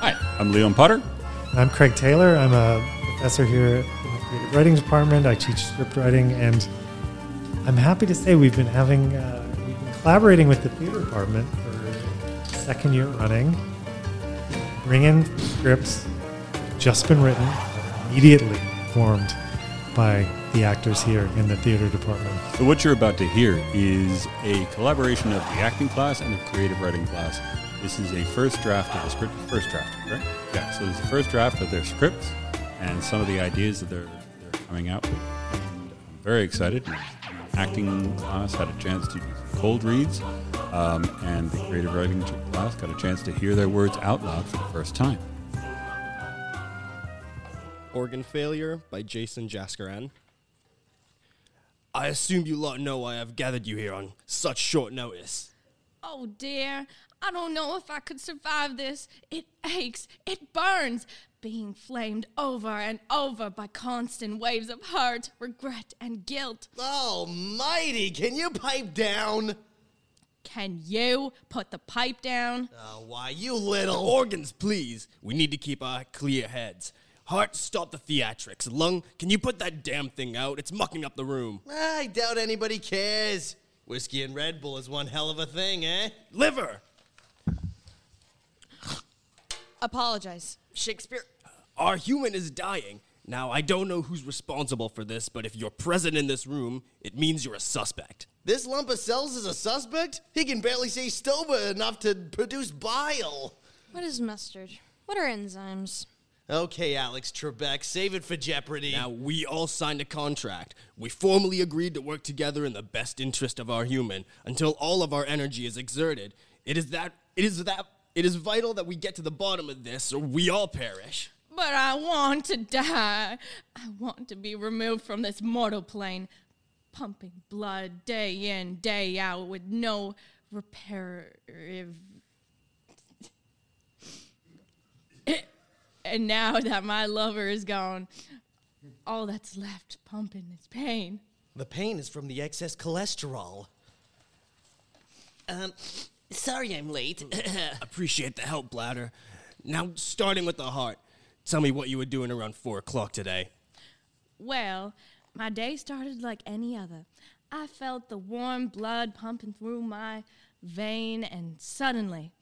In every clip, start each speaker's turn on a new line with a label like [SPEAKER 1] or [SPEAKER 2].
[SPEAKER 1] I'm Leon Potter.
[SPEAKER 2] I'm Craig Taylor. I'm a professor here in the creative writing department. I teach script writing, and I'm happy to say we've been having uh, we've been collaborating with the theater department for second year running. Bring in scripts just been written, immediately formed by the actors here in the theater department.
[SPEAKER 1] So, what you're about to hear is a collaboration of the acting class and the creative writing class. This is a first draft of the script. First draft, correct? Yeah. So, this is the first draft of their scripts and some of the ideas that they're, they're coming out with. And I'm very excited. Acting class had a chance to do some cold reads, um, and the creative writing class got a chance to hear their words out loud for the first time.
[SPEAKER 3] Organ Failure by Jason Jaskaran. I assume you lot know why I've gathered you here on such short notice.
[SPEAKER 4] Oh dear, I don't know if I could survive this. It aches, it burns, being flamed over and over by constant waves of hurt, regret, and guilt.
[SPEAKER 3] Almighty, Oh, can you pipe down?
[SPEAKER 4] Can you put the pipe down?
[SPEAKER 3] Oh, why, you little organs, please. We need to keep our clear heads. Heart, stop the theatrics. Lung, can you put that damn thing out? It's mucking up the room.
[SPEAKER 5] I doubt anybody cares. Whiskey and Red Bull is one hell of a thing, eh?
[SPEAKER 3] Liver!
[SPEAKER 6] Apologize, Shakespeare.
[SPEAKER 3] Our human is dying. Now, I don't know who's responsible for this, but if you're present in this room, it means you're a suspect.
[SPEAKER 5] This lump of cells is a suspect? He can barely say stoba enough to produce bile.
[SPEAKER 6] What is mustard? What are enzymes?
[SPEAKER 5] Okay, Alex Trebek, save it for Jeopardy.
[SPEAKER 3] Now, we all signed a contract. We formally agreed to work together in the best interest of our human until all of our energy is exerted. It is that it is that it is vital that we get to the bottom of this or we all perish.
[SPEAKER 4] But I want to die. I want to be removed from this mortal plane, pumping blood day in, day out with no reparative. and now that my lover is gone, all that's left pumping is pain.
[SPEAKER 5] the pain is from the excess cholesterol. Um, sorry I'm late.
[SPEAKER 3] Appreciate the help, bladder. Now, starting with the heart, tell me what you were doing around four o'clock today.
[SPEAKER 4] Well, my day started like any other. I felt the warm blood pumping through my vein, and suddenly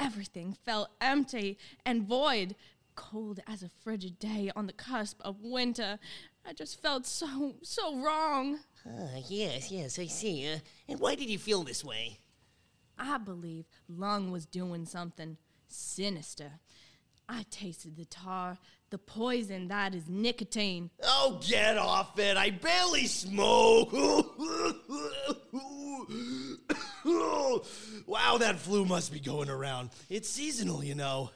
[SPEAKER 4] everything felt empty and void, cold as a frigid day on the cusp of winter. I just felt so, so wrong.
[SPEAKER 5] Ah, yes, yes, I see. Uh, and why did you feel this way?
[SPEAKER 4] I believe Lung was doing something sinister. I tasted the tar, the poison that is nicotine.
[SPEAKER 5] Oh, get off it. I barely smoke. wow, that flu must be going around. It's seasonal, you know.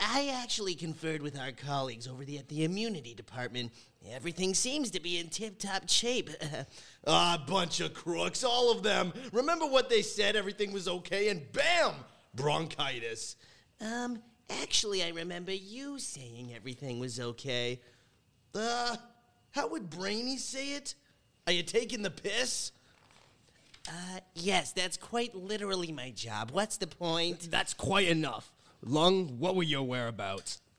[SPEAKER 5] I actually conferred with our colleagues over the, at the immunity department. Everything seems to be in tip top shape. ah, bunch of crooks, all of them. Remember what they said everything was okay, and bam! Bronchitis. Um, actually, I remember you saying everything was okay. Uh, how would Brainy say it? Are you taking the piss? Uh, yes, that's quite literally my job. What's the point?
[SPEAKER 3] That's quite enough. Lung, what were your whereabouts?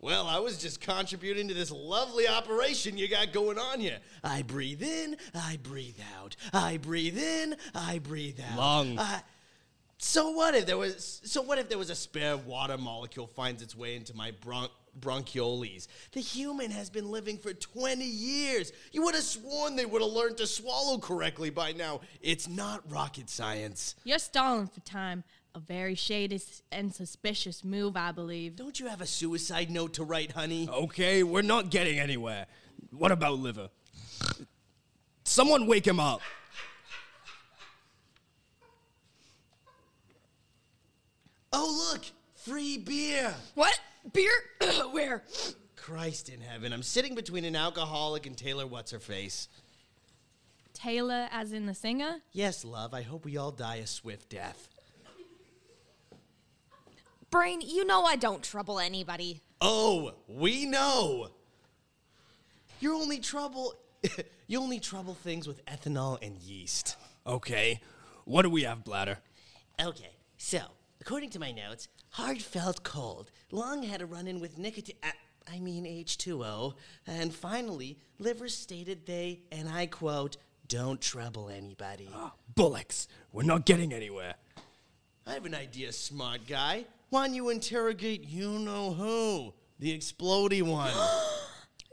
[SPEAKER 5] Well, I was just contributing to this lovely operation you got going on here. I breathe in, I breathe out. I breathe in, I breathe out.
[SPEAKER 3] Lung.
[SPEAKER 5] Uh, so what if there was? So what if there was a spare water molecule finds its way into my bron- bronchioles? The human has been living for twenty years. You would have sworn they would have learned to swallow correctly by now. It's not rocket science.
[SPEAKER 4] You're stalling for time. A very shady s- and suspicious move, I believe.
[SPEAKER 5] Don't you have a suicide note to write, honey?
[SPEAKER 3] Okay, we're not getting anywhere. What about liver? Someone wake him up.
[SPEAKER 5] Oh look, free beer.
[SPEAKER 6] What? Beer? Where?
[SPEAKER 5] Christ in heaven, I'm sitting between an alcoholic and Taylor What's Her Face.
[SPEAKER 4] Taylor, as in the singer?
[SPEAKER 5] Yes, love, I hope we all die a swift death.
[SPEAKER 6] Brain, you know I don't trouble anybody.
[SPEAKER 5] Oh, we know. Your only trouble you only trouble things with ethanol and yeast.
[SPEAKER 3] Okay, what do we have, bladder?
[SPEAKER 5] Okay, so According to my notes, heartfelt cold, lung had a run in with nicotine, uh, I mean H2O, and finally, liver stated they, and I quote, don't trouble anybody.
[SPEAKER 7] Ah, Bullocks. We're not getting anywhere.
[SPEAKER 5] I have an idea, smart guy. Why don't you interrogate you know who? The explodey one.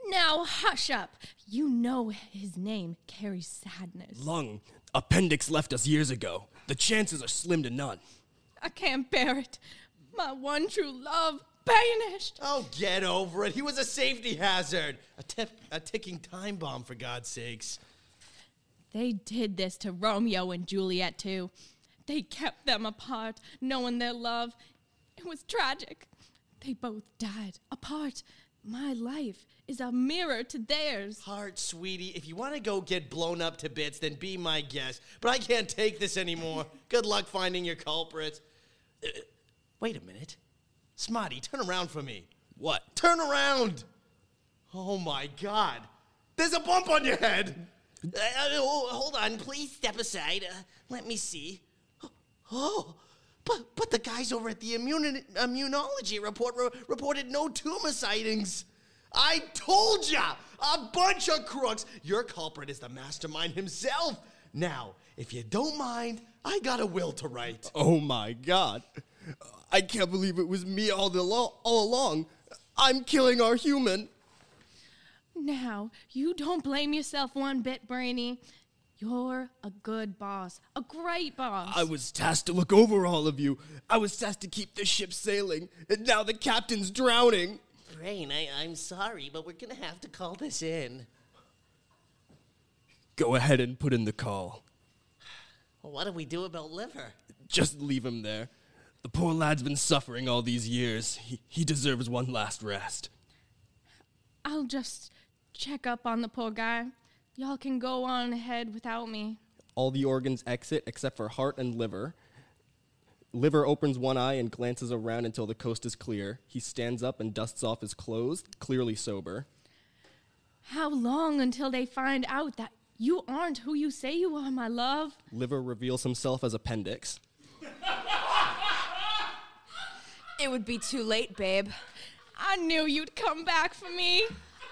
[SPEAKER 4] Now hush up. You know his name carries sadness.
[SPEAKER 7] Lung. Appendix left us years ago. The chances are slim to none.
[SPEAKER 4] I can't bear it. My one true love banished.
[SPEAKER 5] oh, get over it. He was a safety hazard. A, tef- a ticking time bomb, for God's sakes.
[SPEAKER 4] They did this to Romeo and Juliet too. They kept them apart, knowing their love. It was tragic. They both died apart. My life is a mirror to theirs.
[SPEAKER 5] Heart, sweetie, if you want to go get blown up to bits, then be my guest. But I can't take this anymore. Good luck finding your culprits. Uh, Wait a minute. Smotty, turn around for me.
[SPEAKER 7] What?
[SPEAKER 5] Turn around! Oh my god. There's a bump on your head! Uh, uh, oh, hold on, please step aside. Uh, let me see. Oh, but, but the guys over at the immuni- immunology report re- reported no tumor sightings. I told ya! A bunch of crooks! Your culprit is the mastermind himself! Now, if you don't mind, I got a will to write.
[SPEAKER 7] Oh my god. I can't believe it was me all, the lo- all along. I'm killing our human.
[SPEAKER 4] Now, you don't blame yourself one bit, Brainy. You're a good boss, a great boss.
[SPEAKER 7] I was tasked to look over all of you. I was tasked to keep the ship sailing. And now the captain's drowning.
[SPEAKER 5] Rain, I, I'm sorry, but we're gonna have to call this in.
[SPEAKER 7] Go ahead and put in the call.
[SPEAKER 5] Well, what do we do about liver?
[SPEAKER 7] Just leave him there. The poor lad's been suffering all these years. He, he deserves one last rest.
[SPEAKER 4] I'll just check up on the poor guy. Y'all can go on ahead without me.
[SPEAKER 3] All the organs exit except for heart and liver. Liver opens one eye and glances around until the coast is clear. He stands up and dusts off his clothes, clearly sober.
[SPEAKER 4] How long until they find out that you aren't who you say you are, my love?
[SPEAKER 3] Liver reveals himself as appendix.
[SPEAKER 6] It would be too late, babe.
[SPEAKER 4] I knew you'd come back for me.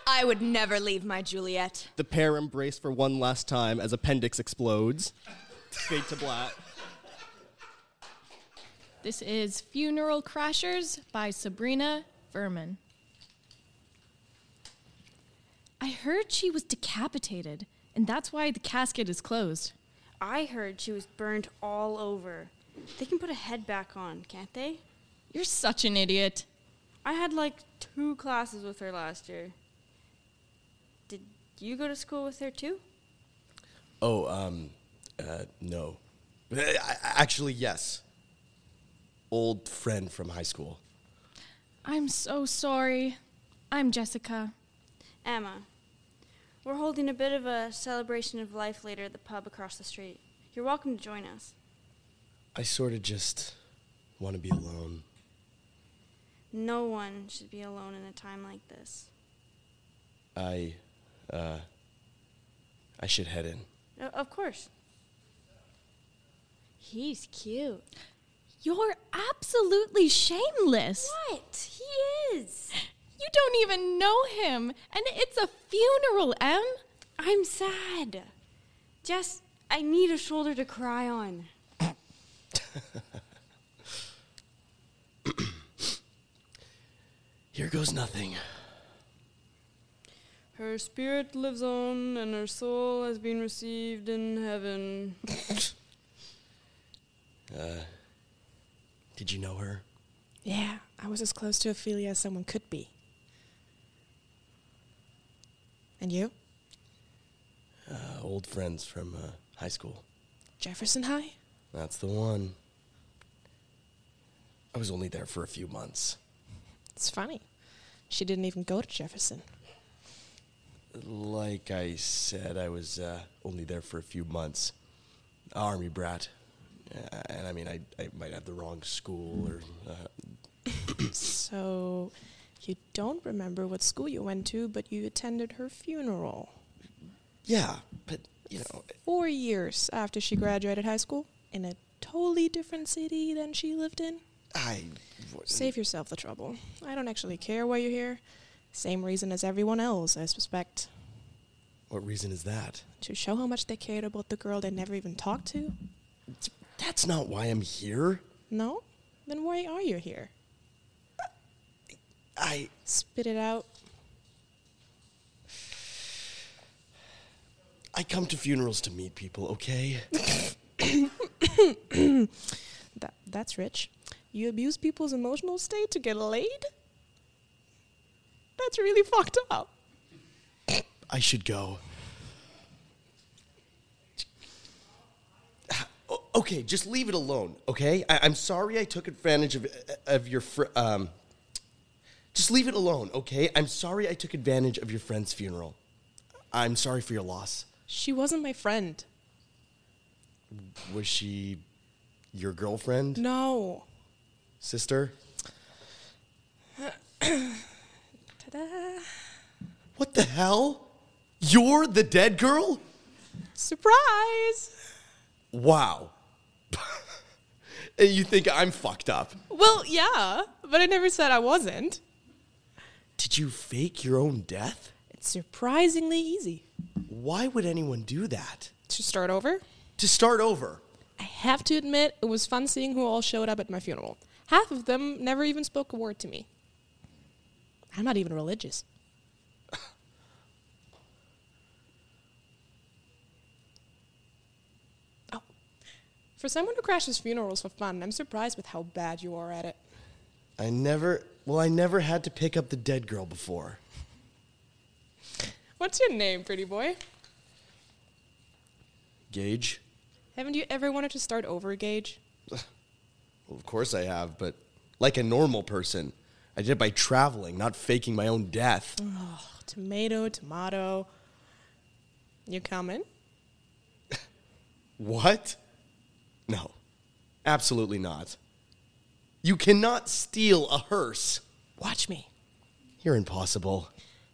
[SPEAKER 6] I would never leave my Juliet.
[SPEAKER 3] The pair embrace for one last time as appendix explodes. Fade to black.
[SPEAKER 4] This is Funeral Crashers by Sabrina Furman. I heard she was decapitated, and that's why the casket is closed.
[SPEAKER 8] I heard she was burned all over. They can put a head back on, can't they?
[SPEAKER 4] You're such an idiot.
[SPEAKER 8] I had like two classes with her last year. Did you go to school with her too?
[SPEAKER 9] Oh, um, uh, no. Uh, I- Actually, yes. Old friend from high school.
[SPEAKER 4] I'm so sorry. I'm Jessica.
[SPEAKER 8] Emma. We're holding a bit of a celebration of life later at the pub across the street. You're welcome to join us.
[SPEAKER 9] I sort of just want to be alone.
[SPEAKER 8] No one should be alone in a time like this.
[SPEAKER 9] I, uh, I should head in.
[SPEAKER 8] O- of course. He's cute.
[SPEAKER 4] You're absolutely shameless.
[SPEAKER 8] What? He is.
[SPEAKER 4] You don't even know him, and it's a funeral, Em.
[SPEAKER 8] I'm sad. Just, I need a shoulder to cry on.
[SPEAKER 9] Here goes nothing.
[SPEAKER 8] Her spirit lives on, and her soul has been received in heaven.
[SPEAKER 9] Uh, Did you know her?
[SPEAKER 10] Yeah, I was as close to Ophelia as someone could be. And you?
[SPEAKER 9] Uh, old friends from uh, high school.
[SPEAKER 10] Jefferson High?
[SPEAKER 9] That's the one. I was only there for a few months.
[SPEAKER 10] It's funny. She didn't even go to Jefferson.
[SPEAKER 9] Like I said, I was uh, only there for a few months. Army brat. Uh, and I mean, I, I might have the wrong school or. Uh,
[SPEAKER 10] so you don't remember what school you went to, but you attended her funeral.
[SPEAKER 9] yeah, but, you know,
[SPEAKER 10] Four years after she graduated high school in a totally different city than she lived in.
[SPEAKER 11] I.
[SPEAKER 10] Save yourself the trouble. I don't actually care why you're here. Same reason as everyone else, I suspect.
[SPEAKER 11] What reason is that?
[SPEAKER 10] To show how much they cared about the girl they never even talked to?
[SPEAKER 11] That's not why I'm here.
[SPEAKER 10] No? Then why are you here?
[SPEAKER 11] I.
[SPEAKER 10] Spit it out.
[SPEAKER 11] I come to funerals to meet people, okay?
[SPEAKER 10] that, that's rich. You abuse people's emotional state to get laid? That's really fucked up.
[SPEAKER 11] I should go. O- Okay, just leave it alone, okay? I- I'm sorry I took advantage of, of your. Fr- um, just leave it alone, okay? I'm sorry I took advantage of your friend's funeral. I'm sorry for your loss.
[SPEAKER 10] She wasn't my friend.
[SPEAKER 11] Was she your girlfriend?
[SPEAKER 10] No.
[SPEAKER 11] Sister?
[SPEAKER 10] Ta-da.
[SPEAKER 11] What the hell? You're the dead girl?
[SPEAKER 10] Surprise!
[SPEAKER 11] Wow. you think I'm fucked up.
[SPEAKER 10] Well, yeah, but I never said I wasn't.
[SPEAKER 11] Did you fake your own death?
[SPEAKER 10] It's surprisingly easy.
[SPEAKER 11] Why would anyone do that?
[SPEAKER 10] To start over,
[SPEAKER 11] To start over.
[SPEAKER 10] I have to admit it was fun seeing who all showed up at my funeral. Half of them never even spoke a word to me. I'm not even religious. oh. For someone who crashes funerals for fun, I'm surprised with how bad you are at it.
[SPEAKER 11] I never, well, I never had to pick up the dead girl before.
[SPEAKER 10] What's your name, pretty boy?
[SPEAKER 11] Gage?
[SPEAKER 10] Haven't you ever wanted to start over, Gage?
[SPEAKER 11] Well, of course I have, but like a normal person, I did it by traveling, not faking my own death.
[SPEAKER 10] Oh, tomato, tomato. You coming?
[SPEAKER 11] What? No, absolutely not. You cannot steal a hearse.
[SPEAKER 10] Watch me.
[SPEAKER 11] You're impossible.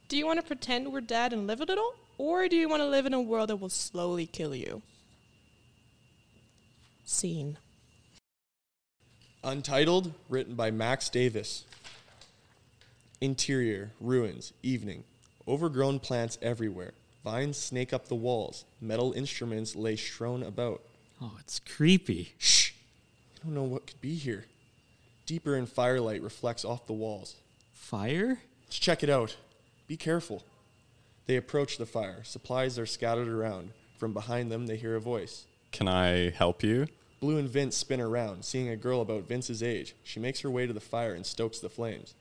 [SPEAKER 10] Do you want to pretend we're dead and live it at all? Or do you want to live in a world that will slowly kill you? Scene.
[SPEAKER 12] Untitled, written by Max Davis. Interior, ruins, evening. Overgrown plants everywhere. Vines snake up the walls. Metal instruments lay strewn about.
[SPEAKER 13] Oh, it's creepy.
[SPEAKER 12] Shh! I don't know what could be here. Deeper in firelight reflects off the walls.
[SPEAKER 13] Fire?
[SPEAKER 12] Let's check it out. Be careful. They approach the fire. Supplies are scattered around. From behind them, they hear a voice.
[SPEAKER 14] Can I help you?
[SPEAKER 12] Blue and Vince spin around, seeing a girl about Vince's age. She makes her way to the fire and stokes the flames.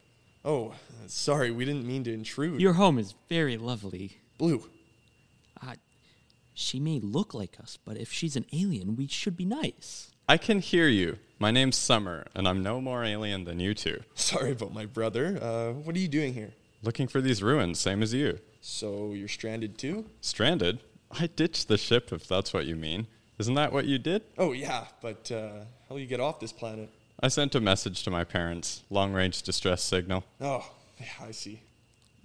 [SPEAKER 12] Oh, uh, sorry, we didn't mean to intrude.
[SPEAKER 13] Mm. Your home is very lovely.
[SPEAKER 12] Blue.
[SPEAKER 13] Uh, she may look like us, but if she's an alien, we should be nice.
[SPEAKER 14] I can hear you. My name's Summer, and I'm no more alien than you two.
[SPEAKER 12] Sorry about my brother. Uh, what are you doing here?
[SPEAKER 14] Looking for these ruins, same as you.
[SPEAKER 12] So you're stranded too?
[SPEAKER 14] Stranded? I ditched the ship, if that's what you mean. Isn't that what you did?
[SPEAKER 12] Oh, yeah, but uh, how do you get off this planet?
[SPEAKER 14] I sent a message to my parents long range distress signal.
[SPEAKER 12] Oh, yeah, I see.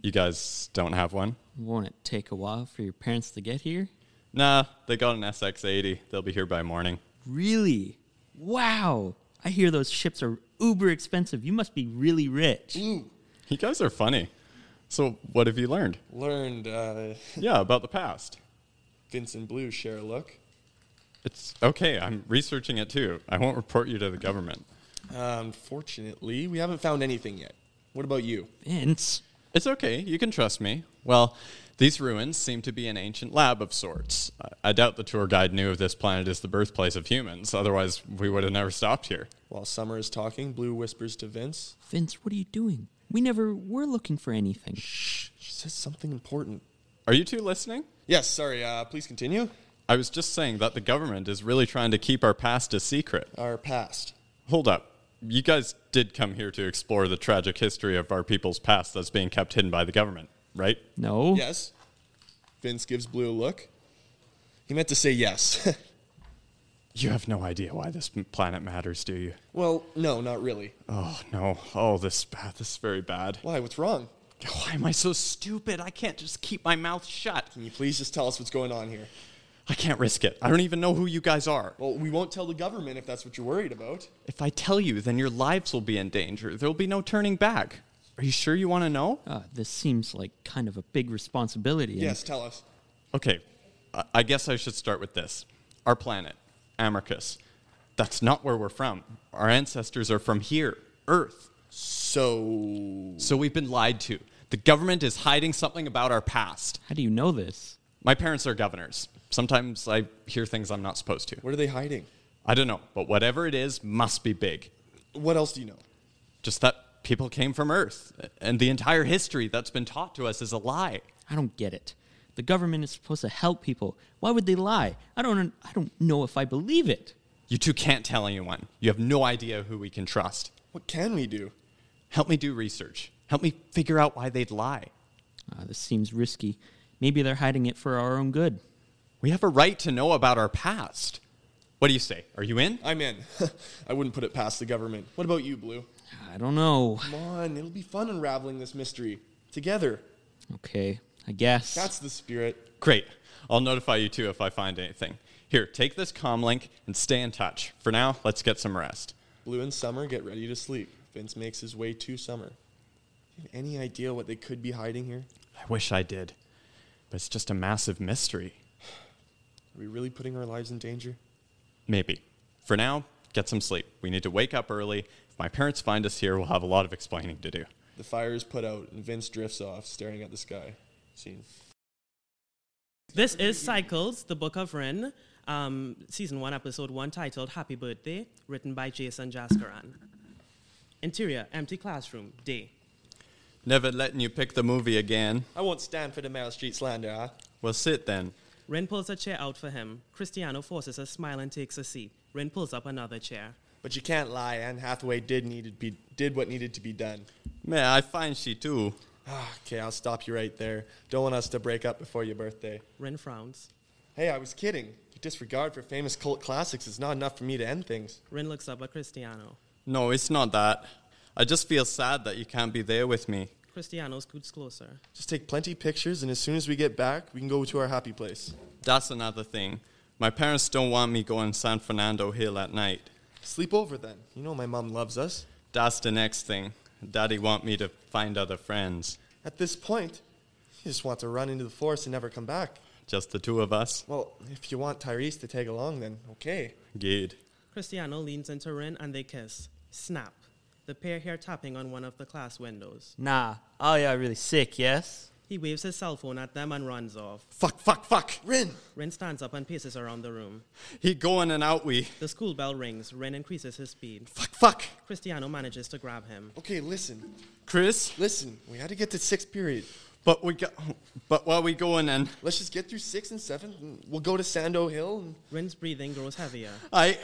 [SPEAKER 14] You guys don't have one?
[SPEAKER 13] Won't it take a while for your parents to get here?
[SPEAKER 14] Nah, they got an SX 80. They'll be here by morning.
[SPEAKER 13] Really? Wow. I hear those ships are uber expensive. You must be really rich.
[SPEAKER 14] You guys are funny. So, what have you learned?
[SPEAKER 12] Learned, uh,
[SPEAKER 14] Yeah, about the past.
[SPEAKER 12] Vince and Blue share a look.
[SPEAKER 14] It's okay, I'm researching it too. I won't report you to the government.
[SPEAKER 12] Unfortunately, Um, we haven't found anything yet. What about you?
[SPEAKER 13] Vince?
[SPEAKER 14] It's okay, you can trust me. Well, these ruins seem to be an ancient lab of sorts. I- I doubt the tour guide knew if this planet is the birthplace of humans, otherwise, we would have never stopped here.
[SPEAKER 12] While Summer is talking, Blue whispers to Vince.
[SPEAKER 13] Vince, what are you doing? We never were looking for anything.
[SPEAKER 12] Shh. She says something important.
[SPEAKER 14] Are you two listening?
[SPEAKER 12] Yes, sorry, uh, please continue.
[SPEAKER 14] I was just saying that the government is really trying to keep our past a secret.
[SPEAKER 12] Our past.
[SPEAKER 14] Hold up. You guys did come here to explore the tragic history of our people's past that's being kept hidden by the government, right?
[SPEAKER 13] No.
[SPEAKER 12] Yes. Vince gives Blue a look. He meant to say yes.
[SPEAKER 14] You have no idea why this m- planet matters, do you?
[SPEAKER 12] well, no, not really.
[SPEAKER 14] Oh, no. Oh, this is bad. This is very bad.
[SPEAKER 12] Why? What's wrong?
[SPEAKER 14] Why am I so stupid? I can't just keep my mouth shut.
[SPEAKER 12] Can you please just tell us what's going on here?
[SPEAKER 14] I can't risk it. I don't even know who you guys are.
[SPEAKER 12] Well, we won't tell the government if that's what you're worried about.
[SPEAKER 14] If I tell you, then your lives will be in danger. There will be no turning back. Are you sure you want to know?
[SPEAKER 13] Uh, this seems like kind of a big responsibility. and-
[SPEAKER 14] Yes,
[SPEAKER 12] tell us.
[SPEAKER 14] Okay, I- I guess I should start with this. Our planet, Amicus. That's not where we're from. Our ancestors are from here, Earth.
[SPEAKER 12] So.
[SPEAKER 14] So we've been lied to. The government is hiding something about our past.
[SPEAKER 13] How do you know this?
[SPEAKER 14] My parents are governors. Sometimes I hear things I'm not supposed to.
[SPEAKER 12] What are they hiding?
[SPEAKER 14] I don't know, but whatever it is must be big.
[SPEAKER 12] What else do you know?
[SPEAKER 14] Just that people came from Earth, and the entire history that's been taught to us is a lie.
[SPEAKER 13] I don't get it. The government is supposed to help people. Why would they lie? I don't. I don't know if I believe it.
[SPEAKER 14] You two can't tell anyone. You have no idea who we can trust.
[SPEAKER 12] What can we do?
[SPEAKER 14] Help me do research. Help me figure out why they'd lie.
[SPEAKER 13] Uh, this seems risky. Maybe they're hiding it for our own good.
[SPEAKER 14] We have a right to know about our past. What do you say? Are you in?
[SPEAKER 12] I'm in. I wouldn't put it past the government. What about you, Blue?
[SPEAKER 13] I don't know.
[SPEAKER 12] Come on, it'll be fun unraveling this mystery together.
[SPEAKER 13] Okay, I guess.
[SPEAKER 12] That's the spirit.
[SPEAKER 14] Great. I'll notify you too if I find anything. Here, take this comm link and stay in touch. For now, let's get some rest.
[SPEAKER 12] Blue and Summer get ready to sleep. Vince makes his way to Summer. Do you have any idea what they could be hiding here?
[SPEAKER 14] I wish I did, but it's just a massive mystery.
[SPEAKER 12] Are we really putting our lives in danger?
[SPEAKER 14] Maybe. For now, get some sleep. We need to wake up early. If my parents find us here, we'll have a lot of explaining to do.
[SPEAKER 12] The fire is put out, and Vince drifts off, staring at the sky. Scene.
[SPEAKER 15] This is Cycles, the Book of Ren, um, season one, episode one, titled Happy Birthday, written by Jason Jaskaran. Interior, empty classroom, day.
[SPEAKER 14] Never letting you pick the movie again.
[SPEAKER 12] I won't stand for the Meryl Street slander, ah. huh?
[SPEAKER 14] Well, sit then.
[SPEAKER 15] Ren pulls a chair out for him. Cristiano forces a smile and takes a seat. Ren pulls up another chair.
[SPEAKER 12] But you can't lie. Anne Hathaway did needed be did what needed to be done. Ah,
[SPEAKER 14] Man, I find she too.
[SPEAKER 12] okay, I'll stop you right there. Don't want us to break up before your birthday.
[SPEAKER 15] Ren frowns.
[SPEAKER 12] Hey, I was kidding. Your disregard for famous cult classics is not enough for me to end things.
[SPEAKER 15] Ren looks up at Cristiano.
[SPEAKER 14] No, it's not that. I just feel sad that you can't be there with me.
[SPEAKER 15] Cristiano scoots closer.
[SPEAKER 12] Just take plenty pictures, and as soon as we get back, we can go to our happy place.
[SPEAKER 14] That's another thing. My parents don't want me going San Fernando Hill at night.
[SPEAKER 12] Sleep over then. You know my mom loves us.
[SPEAKER 14] That's the next thing. Daddy want me to find other friends.
[SPEAKER 12] At this point, you just want to run into the forest and never come back.
[SPEAKER 14] Just the two of us.
[SPEAKER 12] Well, if you want Tyrese to tag along, then okay.
[SPEAKER 14] Good.
[SPEAKER 15] Cristiano leans into Ren and they kiss. Snap. The pair hear tapping on one of the class windows.
[SPEAKER 13] Nah. Oh, yeah, really sick. Yes.
[SPEAKER 15] He waves his cell phone at them and runs off.
[SPEAKER 14] Fuck, fuck, fuck.
[SPEAKER 12] Ren!
[SPEAKER 15] Ren stands up and paces around the room.
[SPEAKER 14] He going and out we.
[SPEAKER 15] The school bell rings. Ren increases his speed.
[SPEAKER 14] Fuck, fuck.
[SPEAKER 15] Cristiano manages to grab him.
[SPEAKER 12] Okay, listen.
[SPEAKER 14] Chris?
[SPEAKER 12] Listen, we had to get to sixth period.
[SPEAKER 14] But we got but while we going and
[SPEAKER 12] Let's just get through sixth and seventh, and we'll go to Sando Hill. And
[SPEAKER 15] Ren's breathing grows heavier.
[SPEAKER 14] I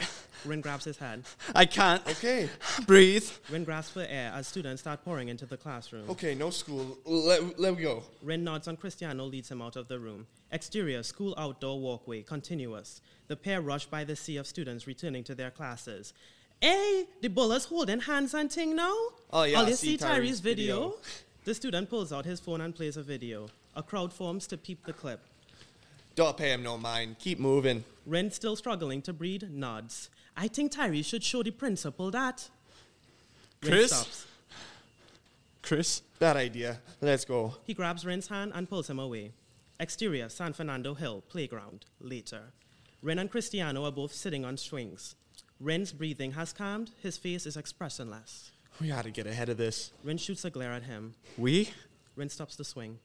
[SPEAKER 15] Ren grabs his head.
[SPEAKER 14] I can't
[SPEAKER 12] okay.
[SPEAKER 14] breathe.
[SPEAKER 15] Ren grasps for air as students start pouring into the classroom.
[SPEAKER 12] Okay, no school. Let, let me go.
[SPEAKER 15] Ren nods and Cristiano leads him out of the room. Exterior, school outdoor walkway, continuous. The pair rush by the sea of students returning to their classes. Hey, the bullas holding hands and ting now?
[SPEAKER 12] Oh, yeah,
[SPEAKER 15] All
[SPEAKER 12] I
[SPEAKER 15] you
[SPEAKER 12] see
[SPEAKER 15] see
[SPEAKER 12] Tyree's
[SPEAKER 15] Tyree's video?
[SPEAKER 12] video.
[SPEAKER 15] The student pulls out his phone and plays a video. A crowd forms to peep the clip.
[SPEAKER 12] Don't pay him no mind. Keep moving.
[SPEAKER 15] Ren, still struggling to breathe, nods. I think Tyree should show the principal that. Ren
[SPEAKER 14] Chris?
[SPEAKER 15] stops.
[SPEAKER 14] Chris?
[SPEAKER 12] Bad idea. Let's go.
[SPEAKER 15] He grabs Ren's hand and pulls him away. Exterior, San Fernando Hill, playground, later. Ren and Cristiano are both sitting on swings. Ren's breathing has calmed, his face is expressionless.
[SPEAKER 12] We gotta get ahead of this.
[SPEAKER 15] Ren shoots a glare at him.
[SPEAKER 14] We?
[SPEAKER 15] Ren stops the swing.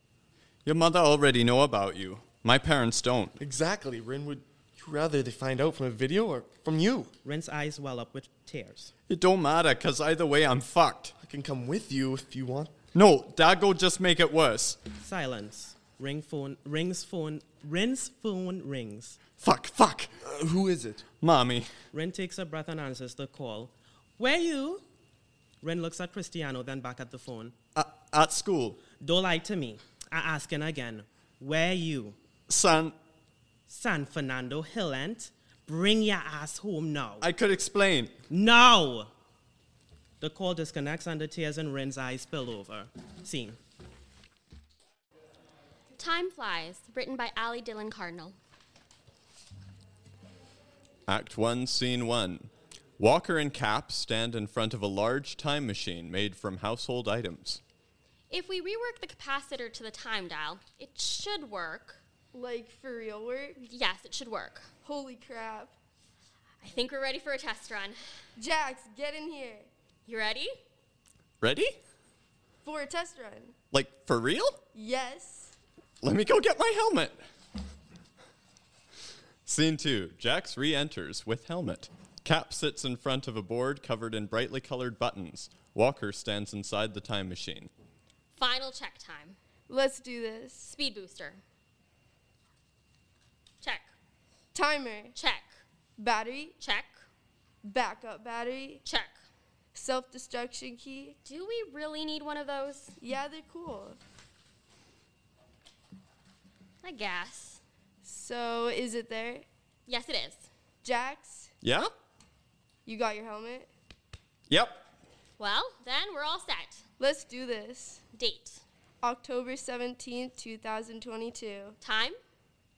[SPEAKER 14] Your mother already know about you. My parents don't.
[SPEAKER 12] Exactly. Rin would you rather they find out from a video or from you?
[SPEAKER 15] Ren's eyes well up with tears.
[SPEAKER 14] It don't matter, cause either way I'm fucked.
[SPEAKER 12] I can come with you if you want.
[SPEAKER 14] No, that'll just make it worse.
[SPEAKER 15] Silence. Ring phone rings phone Ren's phone rings.
[SPEAKER 14] Fuck, fuck.
[SPEAKER 12] Uh, who is it?
[SPEAKER 14] Mommy.
[SPEAKER 15] Ren takes a breath and answers the call. Where you? Ren looks at Cristiano, then back at the phone.
[SPEAKER 14] At school.
[SPEAKER 15] Don't lie to me. I asking again. Where you?
[SPEAKER 14] Son,
[SPEAKER 15] San Fernando Hill, ain't? Bring your ass home now.
[SPEAKER 14] I could explain.
[SPEAKER 15] now! The call disconnects and the tears in Ren's eyes spill over. Scene.
[SPEAKER 16] Time Flies, written by Ali Dillon Cardinal.
[SPEAKER 14] Act 1, Scene 1. Walker and Cap stand in front of a large time machine made from household items.
[SPEAKER 16] If we rework the capacitor to the time dial, it should work.
[SPEAKER 17] Like for real work?
[SPEAKER 16] Yes, it should work.
[SPEAKER 17] Holy crap.
[SPEAKER 16] I think we're ready for a test run.
[SPEAKER 17] Jax, get in here.
[SPEAKER 16] You ready?
[SPEAKER 14] Ready?
[SPEAKER 17] For a test run.
[SPEAKER 14] Like, for real?
[SPEAKER 17] Yes.
[SPEAKER 14] Let me go get my helmet. Scene 2. Jax re enters with helmet. Cap sits in front of a board covered in brightly colored buttons. Walker stands inside the time machine.
[SPEAKER 16] Final check time.
[SPEAKER 17] Let's do this.
[SPEAKER 16] Speed booster. Check.
[SPEAKER 17] Timer.
[SPEAKER 16] Check.
[SPEAKER 17] Battery.
[SPEAKER 16] Check.
[SPEAKER 17] Backup battery.
[SPEAKER 16] Check.
[SPEAKER 17] Self destruction key.
[SPEAKER 16] Do we really need one of those?
[SPEAKER 17] Yeah, they're cool.
[SPEAKER 16] I guess.
[SPEAKER 17] So, is it there?
[SPEAKER 16] Yes, it is.
[SPEAKER 17] Jax,
[SPEAKER 14] Yeah?
[SPEAKER 17] you got your helmet?
[SPEAKER 14] Yep.
[SPEAKER 16] Well, then we're all set.
[SPEAKER 17] Let's do this.
[SPEAKER 16] Date.
[SPEAKER 17] October 17th, 2022.
[SPEAKER 16] Time?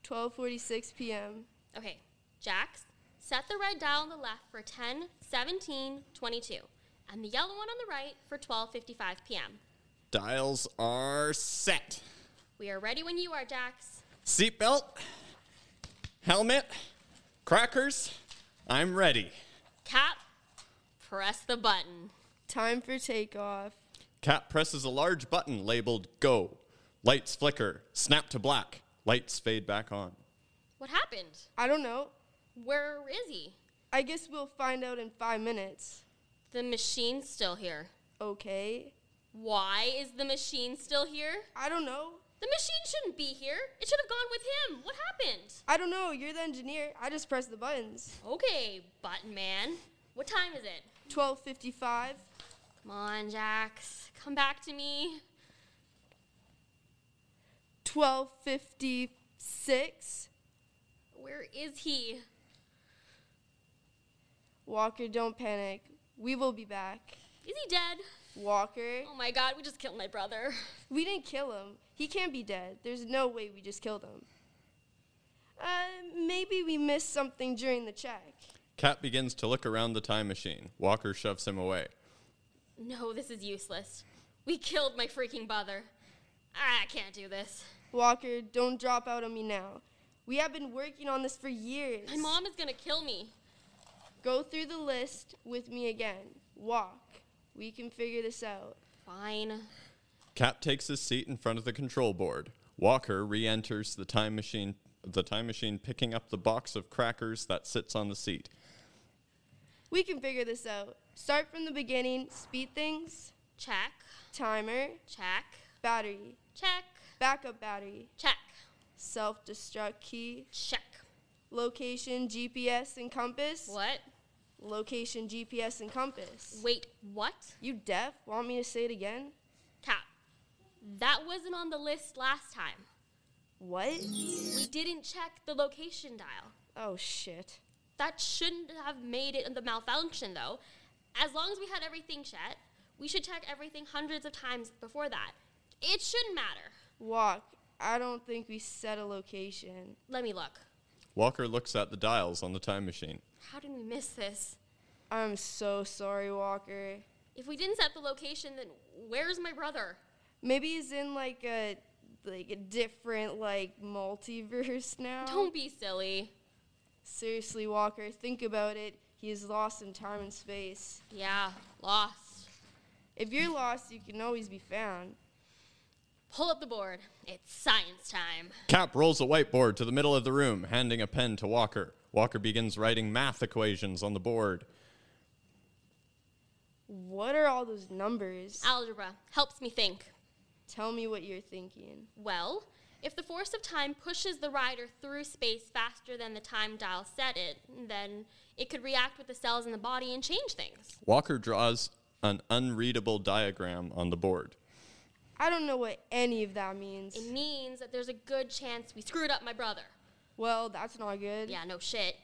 [SPEAKER 17] 12:46 p.m.
[SPEAKER 16] Okay, Jax, set the red dial on the left for 10, 17, 22, and the yellow one on the right for 12:55 p.m.
[SPEAKER 14] Dials are set.
[SPEAKER 16] We are ready when you are, Jax.
[SPEAKER 14] Seatbelt, helmet, crackers. I'm ready.
[SPEAKER 16] Cap, press the button.
[SPEAKER 17] Time for takeoff.
[SPEAKER 14] Cap presses a large button labeled Go. Lights flicker, snap to black. Lights fade back on.
[SPEAKER 16] What happened?
[SPEAKER 17] I don't know.
[SPEAKER 16] Where is he?
[SPEAKER 17] I guess we'll find out in 5 minutes.
[SPEAKER 16] The machine's still here.
[SPEAKER 17] Okay.
[SPEAKER 16] Why is the machine still here?
[SPEAKER 17] I don't know.
[SPEAKER 16] The machine shouldn't be here. It should have gone with him. What happened?
[SPEAKER 17] I don't know. You're the engineer. I just pressed the buttons.
[SPEAKER 16] Okay, button man. What time is it?
[SPEAKER 17] 12:55.
[SPEAKER 16] Come on, Jax. Come back to me.
[SPEAKER 17] 12:56.
[SPEAKER 16] Where is he?
[SPEAKER 17] Walker, don't panic. We will be back.
[SPEAKER 16] Is he dead?
[SPEAKER 17] Walker,
[SPEAKER 16] Oh my god, we just killed my brother.
[SPEAKER 17] we didn't kill him. He can't be dead. There's no way we just killed him. Uh, maybe we missed something during the check.
[SPEAKER 14] Cap begins to look around the time machine. Walker shoves him away.
[SPEAKER 16] No, this is useless. We killed my freaking brother. Ah, I can't do this.
[SPEAKER 17] Walker, don't drop out on me now. We have been working on this for years.
[SPEAKER 16] My mom is gonna kill me.
[SPEAKER 17] Go through the list with me again. Walk. We can figure this out.
[SPEAKER 16] Fine.
[SPEAKER 14] Cap takes his seat in front of the control board. Walker re-enters the time machine, the time machine picking up the box of crackers that sits on the seat.
[SPEAKER 17] We can figure this out. Start from the beginning. Speed things.
[SPEAKER 16] Check.
[SPEAKER 17] Timer.
[SPEAKER 16] Check.
[SPEAKER 17] Battery.
[SPEAKER 16] Check.
[SPEAKER 17] Backup battery.
[SPEAKER 16] Check.
[SPEAKER 17] Self destruct key.
[SPEAKER 16] Check.
[SPEAKER 17] Location, GPS, and compass.
[SPEAKER 16] What?
[SPEAKER 17] Location, GPS, and compass.
[SPEAKER 16] Wait, what?
[SPEAKER 17] You deaf? Want me to say it again?
[SPEAKER 16] Cap. That wasn't on the list last time.
[SPEAKER 17] What?
[SPEAKER 16] We didn't check the location dial.
[SPEAKER 17] Oh shit.
[SPEAKER 16] That shouldn't have made it the malfunction, though. As long as we had everything checked, we should check everything hundreds of times before that. It shouldn't matter.
[SPEAKER 17] Walk. I don't think we set a location.
[SPEAKER 16] Let me look.
[SPEAKER 14] Walker looks at the dials on the time machine.
[SPEAKER 16] How did we miss this?
[SPEAKER 17] I'm so sorry, Walker.
[SPEAKER 16] If we didn't set the location, then where's my brother?
[SPEAKER 17] Maybe he's in like a like a different like multiverse now.
[SPEAKER 16] Don't be silly.
[SPEAKER 17] Seriously, Walker, think about it. He is lost in time and space.
[SPEAKER 16] Yeah, lost.
[SPEAKER 17] If you're lost, you can always be found.
[SPEAKER 16] Pull up the board. It's science time.
[SPEAKER 14] Cap rolls a whiteboard to the middle of the room, handing a pen to Walker. Walker begins writing math equations on the board.
[SPEAKER 17] What are all those numbers?
[SPEAKER 16] Algebra helps me think.
[SPEAKER 17] Tell me what you're thinking.
[SPEAKER 16] Well, if the force of time pushes the rider through space faster than the time dial set it, then it could react with the cells in the body and change things.
[SPEAKER 14] Walker draws an unreadable diagram on the board.
[SPEAKER 17] I don't know what any of that means.
[SPEAKER 16] It means that there's a good chance we screwed up my brother.
[SPEAKER 17] Well, that's not good.
[SPEAKER 16] Yeah, no shit.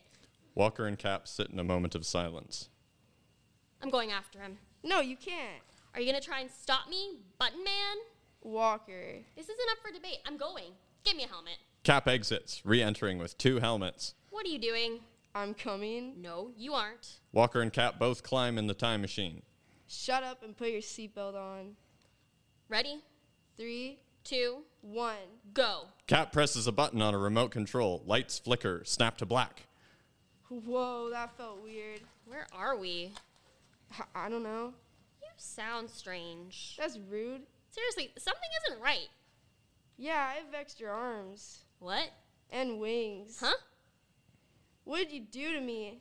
[SPEAKER 14] Walker and Cap sit in a moment of silence.
[SPEAKER 16] I'm going after him.
[SPEAKER 17] No, you can't.
[SPEAKER 16] Are you gonna try and stop me, button man?
[SPEAKER 17] Walker.
[SPEAKER 16] This isn't up for debate. I'm going. Give me a helmet.
[SPEAKER 14] Cap exits, re entering with two helmets.
[SPEAKER 16] What are you doing?
[SPEAKER 17] I'm coming.
[SPEAKER 16] No, you aren't.
[SPEAKER 14] Walker and Cap both climb in the time machine.
[SPEAKER 17] Shut up and put your seatbelt on.
[SPEAKER 16] Ready?
[SPEAKER 17] Three,
[SPEAKER 16] two,
[SPEAKER 17] one,
[SPEAKER 16] go.
[SPEAKER 14] Cap presses a button on a remote control. Lights flicker, snap to black.
[SPEAKER 17] Whoa, that felt weird.
[SPEAKER 16] Where are we?
[SPEAKER 17] I, I don't know.
[SPEAKER 16] You sound strange.
[SPEAKER 17] That's rude.
[SPEAKER 16] Seriously, something isn't right.
[SPEAKER 17] Yeah, I have extra arms.
[SPEAKER 16] What?
[SPEAKER 17] And wings.
[SPEAKER 16] Huh?
[SPEAKER 17] What'd you do to me?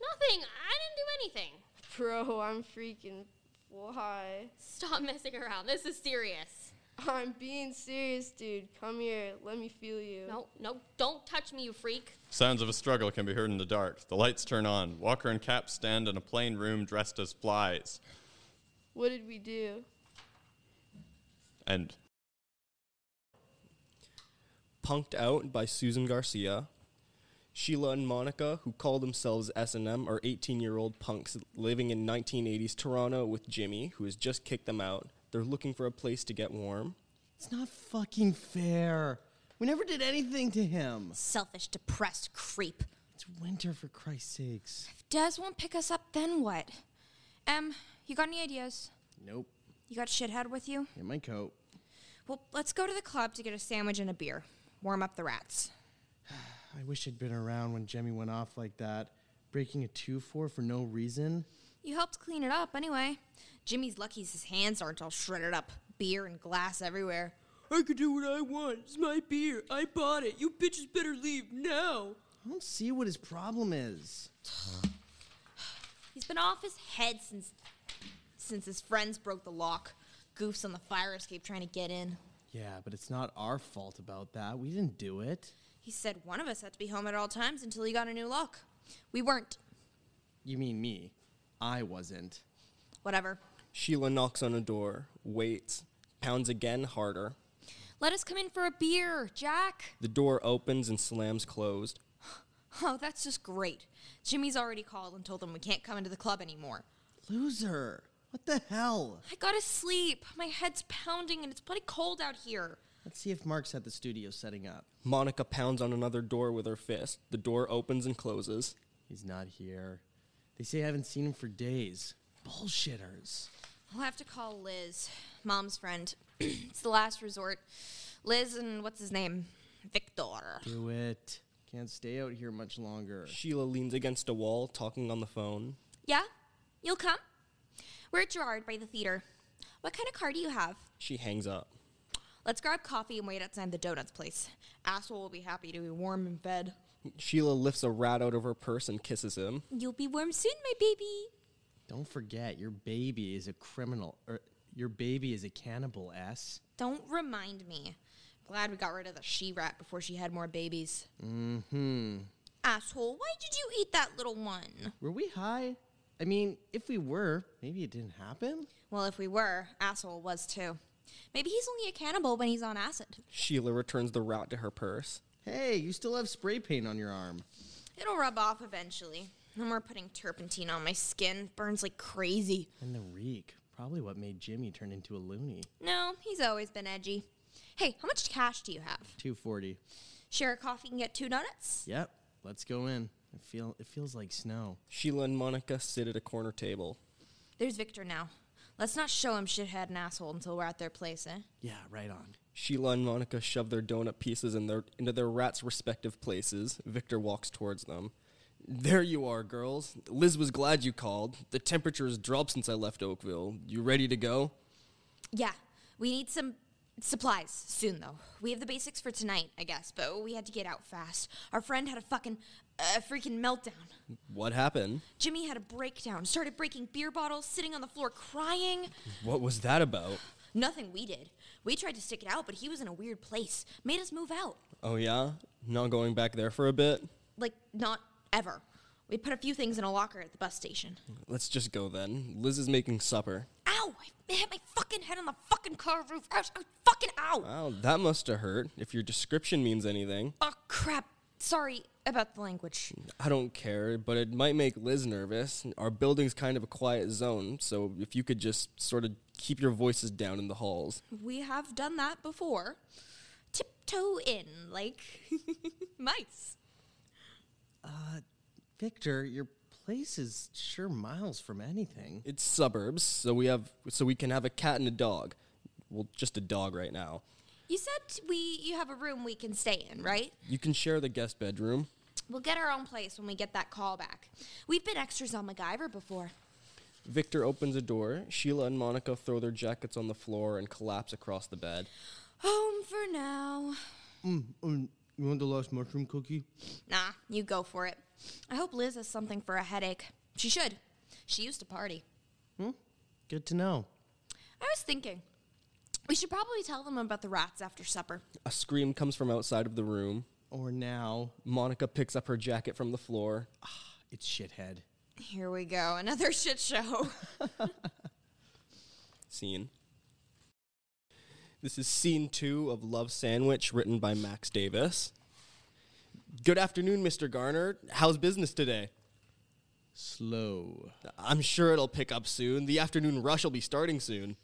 [SPEAKER 16] Nothing. I didn't do anything.
[SPEAKER 17] Bro, I'm freaking fly.
[SPEAKER 16] Stop messing around. This is serious.
[SPEAKER 17] I'm being serious, dude. Come here. Let me feel you.
[SPEAKER 16] No, no, don't touch me, you freak.
[SPEAKER 14] Sounds of a struggle can be heard in the dark. The lights turn on. Walker and Cap stand in a plain room dressed as flies.
[SPEAKER 17] What did we do?
[SPEAKER 14] And
[SPEAKER 3] Punked Out by Susan Garcia. Sheila and Monica, who call themselves S&M, are 18-year-old punks living in 1980s Toronto with Jimmy, who has just kicked them out. They're looking for a place to get warm.
[SPEAKER 11] It's not fucking fair. We never did anything to him.
[SPEAKER 6] Selfish, depressed creep.
[SPEAKER 11] It's winter, for Christ's sakes.
[SPEAKER 6] Des won't pick us up, then what? Em, you got any ideas?
[SPEAKER 11] Nope.
[SPEAKER 6] You got shithead with you?
[SPEAKER 11] In my coat.
[SPEAKER 6] Well, let's go to the club to get a sandwich and a beer. Warm up the rats.
[SPEAKER 11] I wish I'd been around when Jemmy went off like that, breaking a 2 4 for no reason.
[SPEAKER 6] You helped clean it up anyway. Jimmy's lucky his hands aren't all shredded up, beer and glass everywhere.
[SPEAKER 18] I could do what I want. It's my beer. I bought it. You bitches better leave now.
[SPEAKER 11] I don't see what his problem is.
[SPEAKER 6] He's been off his head since since his friends broke the lock. Goofs on the fire escape trying to get in.
[SPEAKER 11] Yeah, but it's not our fault about that. We didn't do it.
[SPEAKER 6] He said one of us had to be home at all times until he got a new lock. We weren't.
[SPEAKER 11] You mean me? I wasn't.
[SPEAKER 6] Whatever.
[SPEAKER 3] Sheila knocks on a door, waits, pounds again harder.
[SPEAKER 6] Let us come in for a beer, Jack.
[SPEAKER 3] The door opens and slams closed.
[SPEAKER 6] Oh, that's just great. Jimmy's already called and told them we can't come into the club anymore.
[SPEAKER 11] Loser. What the hell?
[SPEAKER 6] I gotta sleep. My head's pounding and it's bloody cold out here.
[SPEAKER 11] Let's see if Mark's at the studio setting up.
[SPEAKER 3] Monica pounds on another door with her fist. The door opens and closes.
[SPEAKER 11] He's not here. They say I haven't seen him for days. Bullshitters.
[SPEAKER 6] I'll have to call Liz, mom's friend. it's the last resort. Liz and what's his name? Victor.
[SPEAKER 11] Do it. Can't stay out here much longer.
[SPEAKER 3] Sheila leans against a wall, talking on the phone.
[SPEAKER 6] Yeah? You'll come? We're at Gerard by the theater. What kind of car do you have?
[SPEAKER 3] She hangs up.
[SPEAKER 6] Let's grab coffee and wait outside the donuts place. Asshole will be happy to be warm in bed.
[SPEAKER 3] Sheila lifts a rat out of her purse and kisses him.
[SPEAKER 6] You'll be warm soon, my baby.
[SPEAKER 11] Don't forget, your baby is a criminal. Or your baby is a cannibal, S.
[SPEAKER 6] Don't remind me. Glad we got rid of the she rat before she had more babies.
[SPEAKER 11] Mm-hmm.
[SPEAKER 6] Asshole, why did you eat that little one?
[SPEAKER 11] Were we high? I mean, if we were, maybe it didn't happen.
[SPEAKER 6] Well, if we were, asshole was too. Maybe he's only a cannibal when he's on acid.
[SPEAKER 3] Sheila returns the rat to her purse.
[SPEAKER 11] Hey, you still have spray paint on your arm.
[SPEAKER 6] It'll rub off eventually. No more putting turpentine on my skin. Burns like crazy.
[SPEAKER 11] And the reek. Probably what made Jimmy turn into a loony.
[SPEAKER 6] No, he's always been edgy. Hey, how much cash do you have?
[SPEAKER 11] 240.
[SPEAKER 6] Share a coffee and get two donuts?
[SPEAKER 11] Yep, let's go in. I feel it feels like snow.
[SPEAKER 3] Sheila and Monica sit at a corner table.
[SPEAKER 6] There's Victor now. Let's not show him shithead and asshole until we're at their place, eh?
[SPEAKER 11] Yeah, right on.
[SPEAKER 3] Sheila and Monica shove their donut pieces in their, into their rat's respective places. Victor walks towards them. There you are, girls. Liz was glad you called. The temperature has dropped since I left Oakville. You ready to go?
[SPEAKER 6] Yeah, we need some supplies soon, though. We have the basics for tonight, I guess, but we had to get out fast. Our friend had a fucking, uh, freaking meltdown.
[SPEAKER 3] What happened?
[SPEAKER 6] Jimmy had a breakdown, started breaking beer bottles, sitting on the floor crying.
[SPEAKER 3] What was that about?
[SPEAKER 6] Nothing we did. We tried to stick it out, but he was in a weird place. Made us move out.
[SPEAKER 3] Oh, yeah? Not going back there for a bit?
[SPEAKER 6] Like, not ever. We put a few things in a locker at the bus station.
[SPEAKER 3] Let's just go then. Liz is making supper.
[SPEAKER 6] Ow! I hit my fucking head on the fucking car roof. Ouch! Ow, fucking ow!
[SPEAKER 3] Wow, that must have hurt, if your description means anything.
[SPEAKER 6] Oh, crap. Sorry about the language.
[SPEAKER 3] I don't care, but it might make Liz nervous. Our building's kind of a quiet zone, so if you could just sort of keep your voices down in the halls.
[SPEAKER 6] We have done that before. Tiptoe in, like mice.
[SPEAKER 11] Uh, Victor, your place is sure miles from anything.
[SPEAKER 3] It's suburbs, so we have so we can have a cat and a dog. Well, just a dog right now.
[SPEAKER 6] You said we you have a room we can stay in, right?
[SPEAKER 3] You can share the guest bedroom.
[SPEAKER 6] We'll get our own place when we get that call back. We've been extras on MacGyver before.
[SPEAKER 3] Victor opens a door. Sheila and Monica throw their jackets on the floor and collapse across the bed.
[SPEAKER 6] Home for now.
[SPEAKER 11] Mm, mm, you want the last mushroom cookie?
[SPEAKER 6] Nah, you go for it. I hope Liz has something for a headache. She should. She used to party.
[SPEAKER 11] Good to know.
[SPEAKER 6] I was thinking, we should probably tell them about the rats after supper.
[SPEAKER 3] A scream comes from outside of the room.
[SPEAKER 11] Or now. Ah,
[SPEAKER 3] Monica picks up her jacket from the floor.
[SPEAKER 11] it's shithead.
[SPEAKER 6] Here we go, another shit show.
[SPEAKER 3] Scene. This is scene two of Love Sandwich, written by Max Davis. Good afternoon, Mr. Garner. How's business today?
[SPEAKER 11] Slow.
[SPEAKER 3] I'm sure it'll pick up soon. The afternoon rush will be starting soon.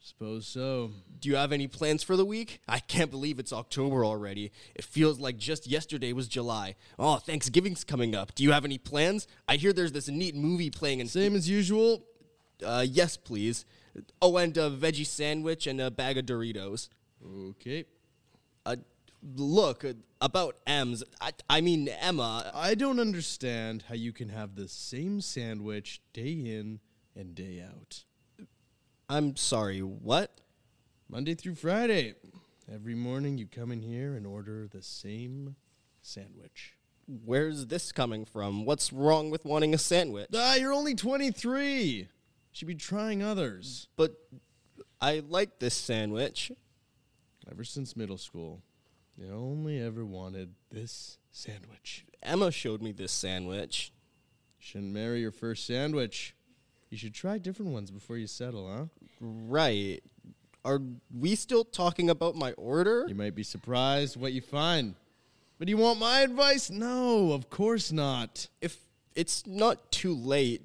[SPEAKER 11] Suppose so.
[SPEAKER 3] Do you have any plans for the week? I can't believe it's October already. It feels like just yesterday was July. Oh, Thanksgiving's coming up. Do you have any plans? I hear there's this neat movie playing in. Same as usual? Uh, yes, please. Oh, and a veggie sandwich and a bag of Doritos.
[SPEAKER 11] Okay.
[SPEAKER 3] Uh, look, uh, about M's. I, I mean, Emma.
[SPEAKER 11] I don't understand how you can have the same sandwich day in and day out.
[SPEAKER 3] I'm sorry, what?
[SPEAKER 11] Monday through Friday. Every morning you come in here and order the same sandwich.
[SPEAKER 3] Where's this coming from? What's wrong with wanting a sandwich?
[SPEAKER 11] Ah, you're only 23. Should be trying others.
[SPEAKER 3] But I like this sandwich.
[SPEAKER 11] Ever since middle school, I only ever wanted this sandwich.
[SPEAKER 3] Emma showed me this sandwich.
[SPEAKER 11] Shouldn't marry your first sandwich. You should try different ones before you settle, huh?
[SPEAKER 3] Right. Are we still talking about my order?
[SPEAKER 11] You might be surprised what you find. But do you want my advice? No, of course not.
[SPEAKER 3] If it's not too late,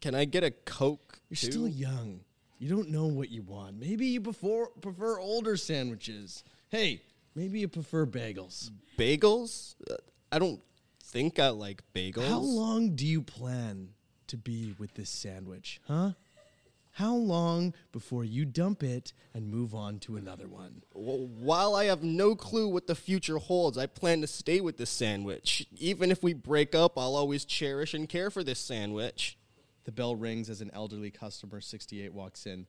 [SPEAKER 3] can I get a Coke?
[SPEAKER 11] You're still young. You don't know what you want. Maybe you before, prefer older sandwiches. Hey, maybe you prefer bagels.
[SPEAKER 3] Bagels? Uh, I don't think I like bagels.
[SPEAKER 11] How long do you plan to be with this sandwich, huh? How long before you dump it and move on to another one?
[SPEAKER 3] Well, while I have no clue what the future holds, I plan to stay with this sandwich. Even if we break up, I'll always cherish and care for this sandwich.
[SPEAKER 11] The bell rings as an elderly customer 68 walks in.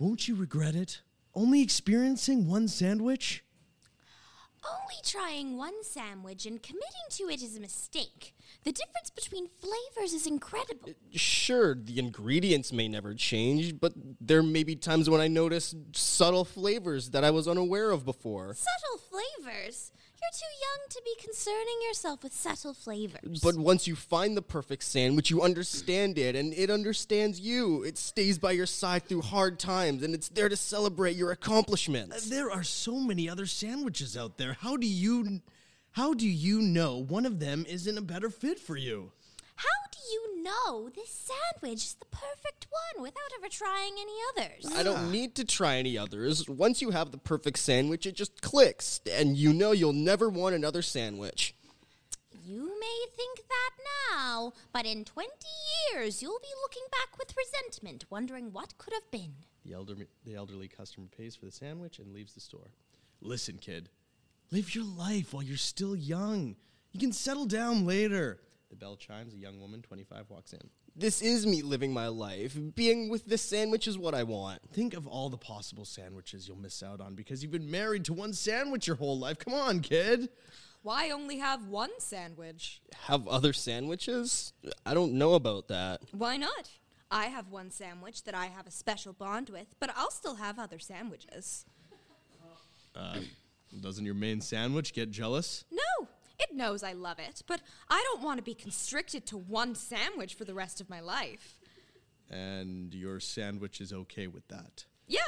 [SPEAKER 11] Won't you regret it? Only experiencing one sandwich?
[SPEAKER 6] Only trying one sandwich and committing to it is a mistake. The difference between flavors is incredible.
[SPEAKER 3] Sure, the ingredients may never change, but there may be times when I notice subtle flavors that I was unaware of before.
[SPEAKER 6] Subtle flavors? You're too young to be concerning yourself with subtle flavors.
[SPEAKER 3] But once you find the perfect sandwich, you understand it, and it understands you. It stays by your side through hard times, and it's there to celebrate your accomplishments.
[SPEAKER 11] There are so many other sandwiches out there. How do you how do you know one of them isn't a better fit for you?
[SPEAKER 6] How do you know this sandwich is the perfect one without ever trying any others?
[SPEAKER 3] I don't need to try any others. Once you have the perfect sandwich, it just clicks, and you know you'll never want another sandwich.
[SPEAKER 6] You may think that now, but in 20 years you'll be looking back with resentment, wondering what could have been.
[SPEAKER 11] The elderly, the elderly customer pays for the sandwich and leaves the store. Listen, kid, live your life while you're still young. You can settle down later. The bell chimes. A young woman, 25, walks in.
[SPEAKER 3] This is me living my life. Being with this sandwich is what I want.
[SPEAKER 11] Think of all the possible sandwiches you'll miss out on because you've been married to one sandwich your whole life. Come on, kid.
[SPEAKER 6] Why only have one sandwich?
[SPEAKER 3] Have other sandwiches? I don't know about that.
[SPEAKER 6] Why not? I have one sandwich that I have a special bond with, but I'll still have other sandwiches.
[SPEAKER 11] Uh, doesn't your main sandwich get jealous?
[SPEAKER 6] No, it knows I love it, but I don't want to be constricted to one sandwich for the rest of my life.
[SPEAKER 11] And your sandwich is okay with that.
[SPEAKER 6] Yeah,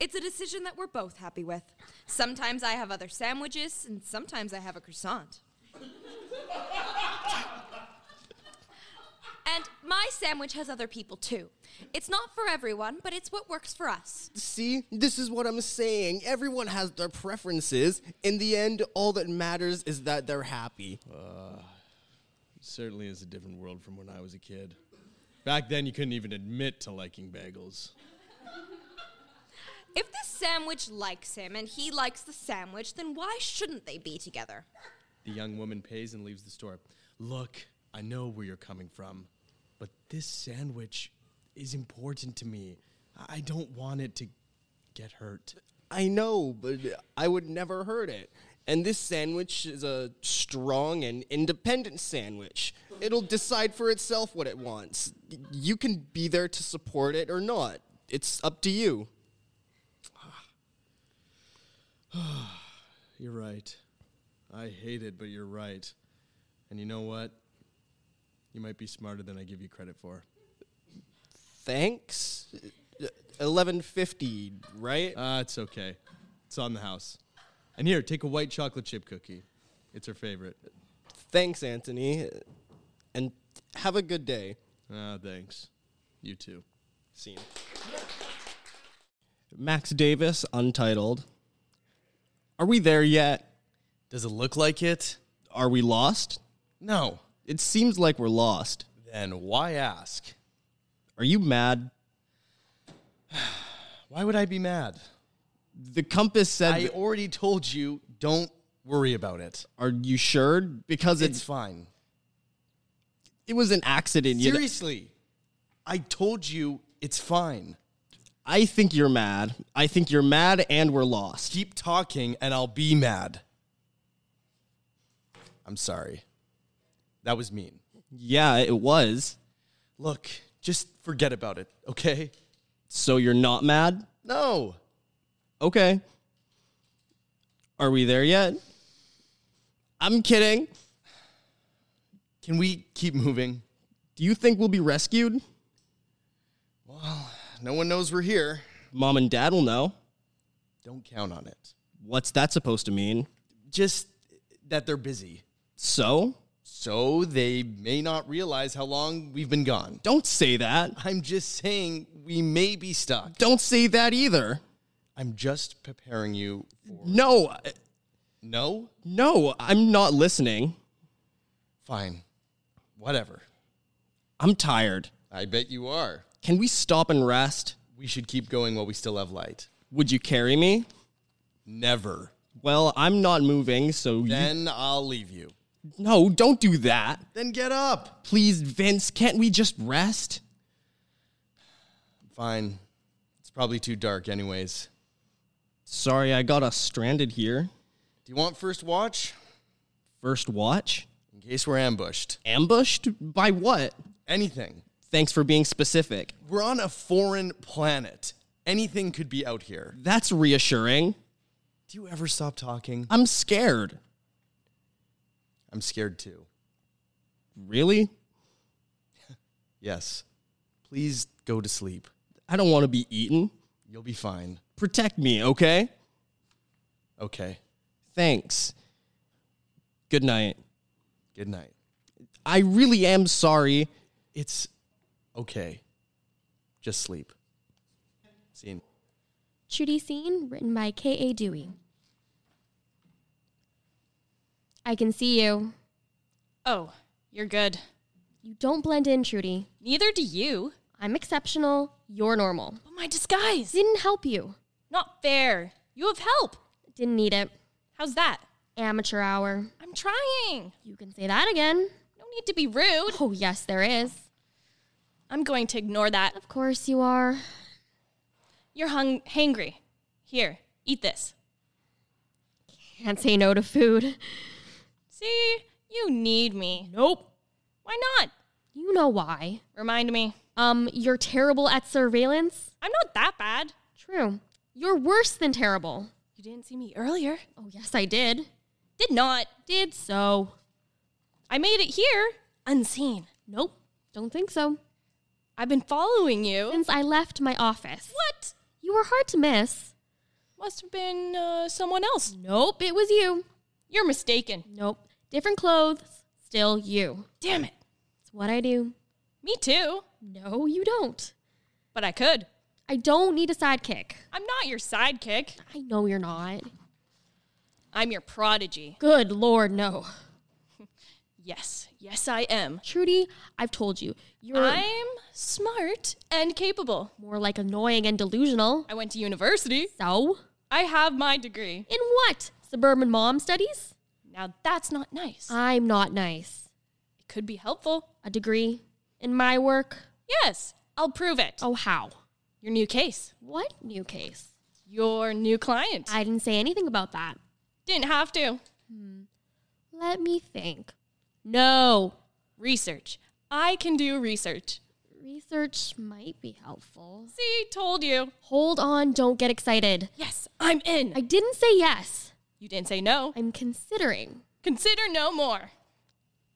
[SPEAKER 6] it's a decision that we're both happy with. Sometimes I have other sandwiches, and sometimes I have a croissant. and my sandwich has other people too. It's not for everyone, but it's what works for us.
[SPEAKER 3] See, this is what I'm saying. Everyone has their
[SPEAKER 11] Uh,
[SPEAKER 3] preferences. In the end, all that matters is that they're happy.
[SPEAKER 2] certainly is a different world from when I was a kid. Back then, you couldn't even admit to liking bagels.
[SPEAKER 6] If the sandwich likes him and he likes the sandwich, then why shouldn't they be together?
[SPEAKER 2] The young woman pays and leaves the store. Look, I know where you're coming from, but this sandwich is important to me. I- I don't want it to get hurt.
[SPEAKER 3] I know, but I would never hurt it. And this sandwich is a strong and independent sandwich. It'll decide for itself what it wants. Y- You can be there to support it or not. It's up to you.
[SPEAKER 2] You're right. I hate it, but you're right. And you know what? You might be smarter than I give you credit for.
[SPEAKER 3] Thanks. 1150, right?
[SPEAKER 2] Uh, it's okay. It's on the house. And here, take a white chocolate chip cookie. It's her favorite.
[SPEAKER 3] Thanks, Anthony. And have a good day.
[SPEAKER 2] Ah, thanks. You too. Scene.
[SPEAKER 3] Max Davis, Untitled. Are we there yet?
[SPEAKER 11] Does it look like it?
[SPEAKER 3] Are we lost?
[SPEAKER 2] No.
[SPEAKER 3] It seems like we're lost.
[SPEAKER 11] Then why ask?
[SPEAKER 3] Are you mad?
[SPEAKER 11] Why would I be mad?
[SPEAKER 3] The compass said.
[SPEAKER 11] I
[SPEAKER 3] that-
[SPEAKER 11] already told you, don't worry about it.
[SPEAKER 3] Are you sure? Because
[SPEAKER 11] it's
[SPEAKER 3] it,
[SPEAKER 11] fine.
[SPEAKER 3] it was an accident. you know.
[SPEAKER 11] Seriously, I told you it's fine.
[SPEAKER 3] I think you're mad. I think you're mad and we're lost.
[SPEAKER 11] Keep talking and I'll be mad. I'm sorry. That was mean.
[SPEAKER 3] Yeah, it was.
[SPEAKER 11] Look, just forget about it, okay?
[SPEAKER 3] So you're not mad?
[SPEAKER 11] No.
[SPEAKER 3] Okay. Are we there yet? I'm kidding.
[SPEAKER 11] Can we keep moving?
[SPEAKER 3] Do you think we'll be rescued?
[SPEAKER 11] No one knows we're here.
[SPEAKER 3] Mom and dad will know.
[SPEAKER 11] Don't count on it.
[SPEAKER 3] What's that supposed to mean?
[SPEAKER 11] Just that they're busy.
[SPEAKER 3] So?
[SPEAKER 11] So they may not realize how long we've been gone.
[SPEAKER 3] Don't say that.
[SPEAKER 11] I'm just saying we may be stuck.
[SPEAKER 3] Don't say that either.
[SPEAKER 11] I'm just preparing you.
[SPEAKER 3] No. I-
[SPEAKER 11] No?
[SPEAKER 3] No, I'm not listening.
[SPEAKER 11] Fine. Whatever.
[SPEAKER 3] I'm tired.
[SPEAKER 11] I bet you are.
[SPEAKER 3] Can we stop and rest?
[SPEAKER 11] We should keep going while we still have light.
[SPEAKER 3] Would you carry me?
[SPEAKER 11] Never.
[SPEAKER 3] Well, I'm not moving, so you.
[SPEAKER 11] Then I'll leave you.
[SPEAKER 3] No, don't do that.
[SPEAKER 11] Then get up.
[SPEAKER 3] Please, Vince, can't we just rest?
[SPEAKER 11] Fine. It's probably too dark, anyways.
[SPEAKER 3] Sorry, I got us stranded here.
[SPEAKER 11] Do you want first watch?
[SPEAKER 3] First watch?
[SPEAKER 11] In case we're ambushed.
[SPEAKER 3] Ambushed? By what?
[SPEAKER 11] Anything.
[SPEAKER 3] Thanks for being specific.
[SPEAKER 11] We're on a foreign planet. Anything could be out here.
[SPEAKER 3] That's reassuring.
[SPEAKER 11] Do you ever stop talking?
[SPEAKER 3] I'm scared.
[SPEAKER 11] I'm scared too.
[SPEAKER 3] Really?
[SPEAKER 11] Yes. Please go to sleep.
[SPEAKER 3] I don't want to be eaten.
[SPEAKER 11] You'll be fine.
[SPEAKER 3] Protect me, okay?
[SPEAKER 11] Okay.
[SPEAKER 3] Thanks. Good night.
[SPEAKER 11] Good night.
[SPEAKER 3] I really am sorry.
[SPEAKER 11] It's okay. Just sleep. Scene.
[SPEAKER 16] Trudy Scene, written by K.A. Dewey. I can see you.
[SPEAKER 4] Oh, you're good.
[SPEAKER 16] You don't blend in, Trudy.
[SPEAKER 4] Neither do you.
[SPEAKER 16] I'm exceptional. You're normal.
[SPEAKER 4] But my disguise.
[SPEAKER 16] Didn't help you.
[SPEAKER 4] Not fair. You have help.
[SPEAKER 16] Didn't need it.
[SPEAKER 4] How's that?
[SPEAKER 16] Amateur hour.
[SPEAKER 4] I'm trying.
[SPEAKER 16] You can say that again.
[SPEAKER 4] No need to be rude.
[SPEAKER 16] Oh, yes, there is.
[SPEAKER 4] I'm going to ignore that.
[SPEAKER 16] Of course you are.
[SPEAKER 4] You're hung hangry. Here, eat this.
[SPEAKER 16] Can't say no to food.
[SPEAKER 4] See? You need me. Nope. Why not?
[SPEAKER 16] You know why.
[SPEAKER 4] Remind me.
[SPEAKER 16] Um, you're terrible at surveillance.
[SPEAKER 4] I'm not that bad.
[SPEAKER 16] True. You're worse than terrible.
[SPEAKER 4] You didn't see me earlier.
[SPEAKER 16] Oh, yes, I did.
[SPEAKER 4] Did not.
[SPEAKER 16] Did so.
[SPEAKER 4] I made it here unseen. Nope.
[SPEAKER 16] Don't think so.
[SPEAKER 4] I've been following you.
[SPEAKER 16] Since I left my office.
[SPEAKER 4] What?
[SPEAKER 16] You were hard to miss.
[SPEAKER 4] Must have been uh, someone else.
[SPEAKER 16] Nope, it was you.
[SPEAKER 4] You're mistaken.
[SPEAKER 16] Nope. Oh, Different clothes, still you.
[SPEAKER 4] Damn it.
[SPEAKER 16] It's what I do.
[SPEAKER 4] Me too.
[SPEAKER 16] No, you don't.
[SPEAKER 4] But I could.
[SPEAKER 16] I don't need a sidekick.
[SPEAKER 4] I'm not your sidekick.
[SPEAKER 16] I know you're not.
[SPEAKER 4] I'm your prodigy.
[SPEAKER 16] Good lord, no.
[SPEAKER 19] Yes, yes, I am.
[SPEAKER 16] Trudy, I've told you. You're
[SPEAKER 19] I'm smart and capable.
[SPEAKER 16] more like annoying and delusional.
[SPEAKER 19] I went to university.
[SPEAKER 16] So?
[SPEAKER 19] I have my degree.
[SPEAKER 16] In what? Suburban mom studies?
[SPEAKER 19] Now that's not nice.
[SPEAKER 16] I'm not nice.
[SPEAKER 19] It could be helpful.
[SPEAKER 16] A degree? In my work?
[SPEAKER 19] Yes, I'll prove it.
[SPEAKER 16] Oh, how?
[SPEAKER 19] Your new case.
[SPEAKER 16] What new case?
[SPEAKER 19] Your new client.
[SPEAKER 16] I didn't say anything about that. Hmm.
[SPEAKER 19] Didn't have to.
[SPEAKER 16] Let me think.
[SPEAKER 19] No. Research. I can do research.
[SPEAKER 16] Research might be helpful.
[SPEAKER 19] See, told you.
[SPEAKER 16] Hold on, don't get excited.
[SPEAKER 19] Yes, I'm in.
[SPEAKER 16] I didn't say yes.
[SPEAKER 19] you didn't say no.
[SPEAKER 16] I'm considering.
[SPEAKER 19] Consider no more.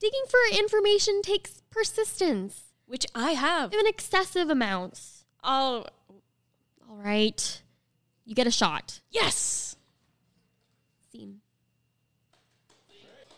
[SPEAKER 16] Digging for information takes persistence,
[SPEAKER 19] Which I have.
[SPEAKER 16] even excessive amounts.
[SPEAKER 19] Oh,
[SPEAKER 16] All right. You get a shot.
[SPEAKER 19] yes.
[SPEAKER 16] Scene.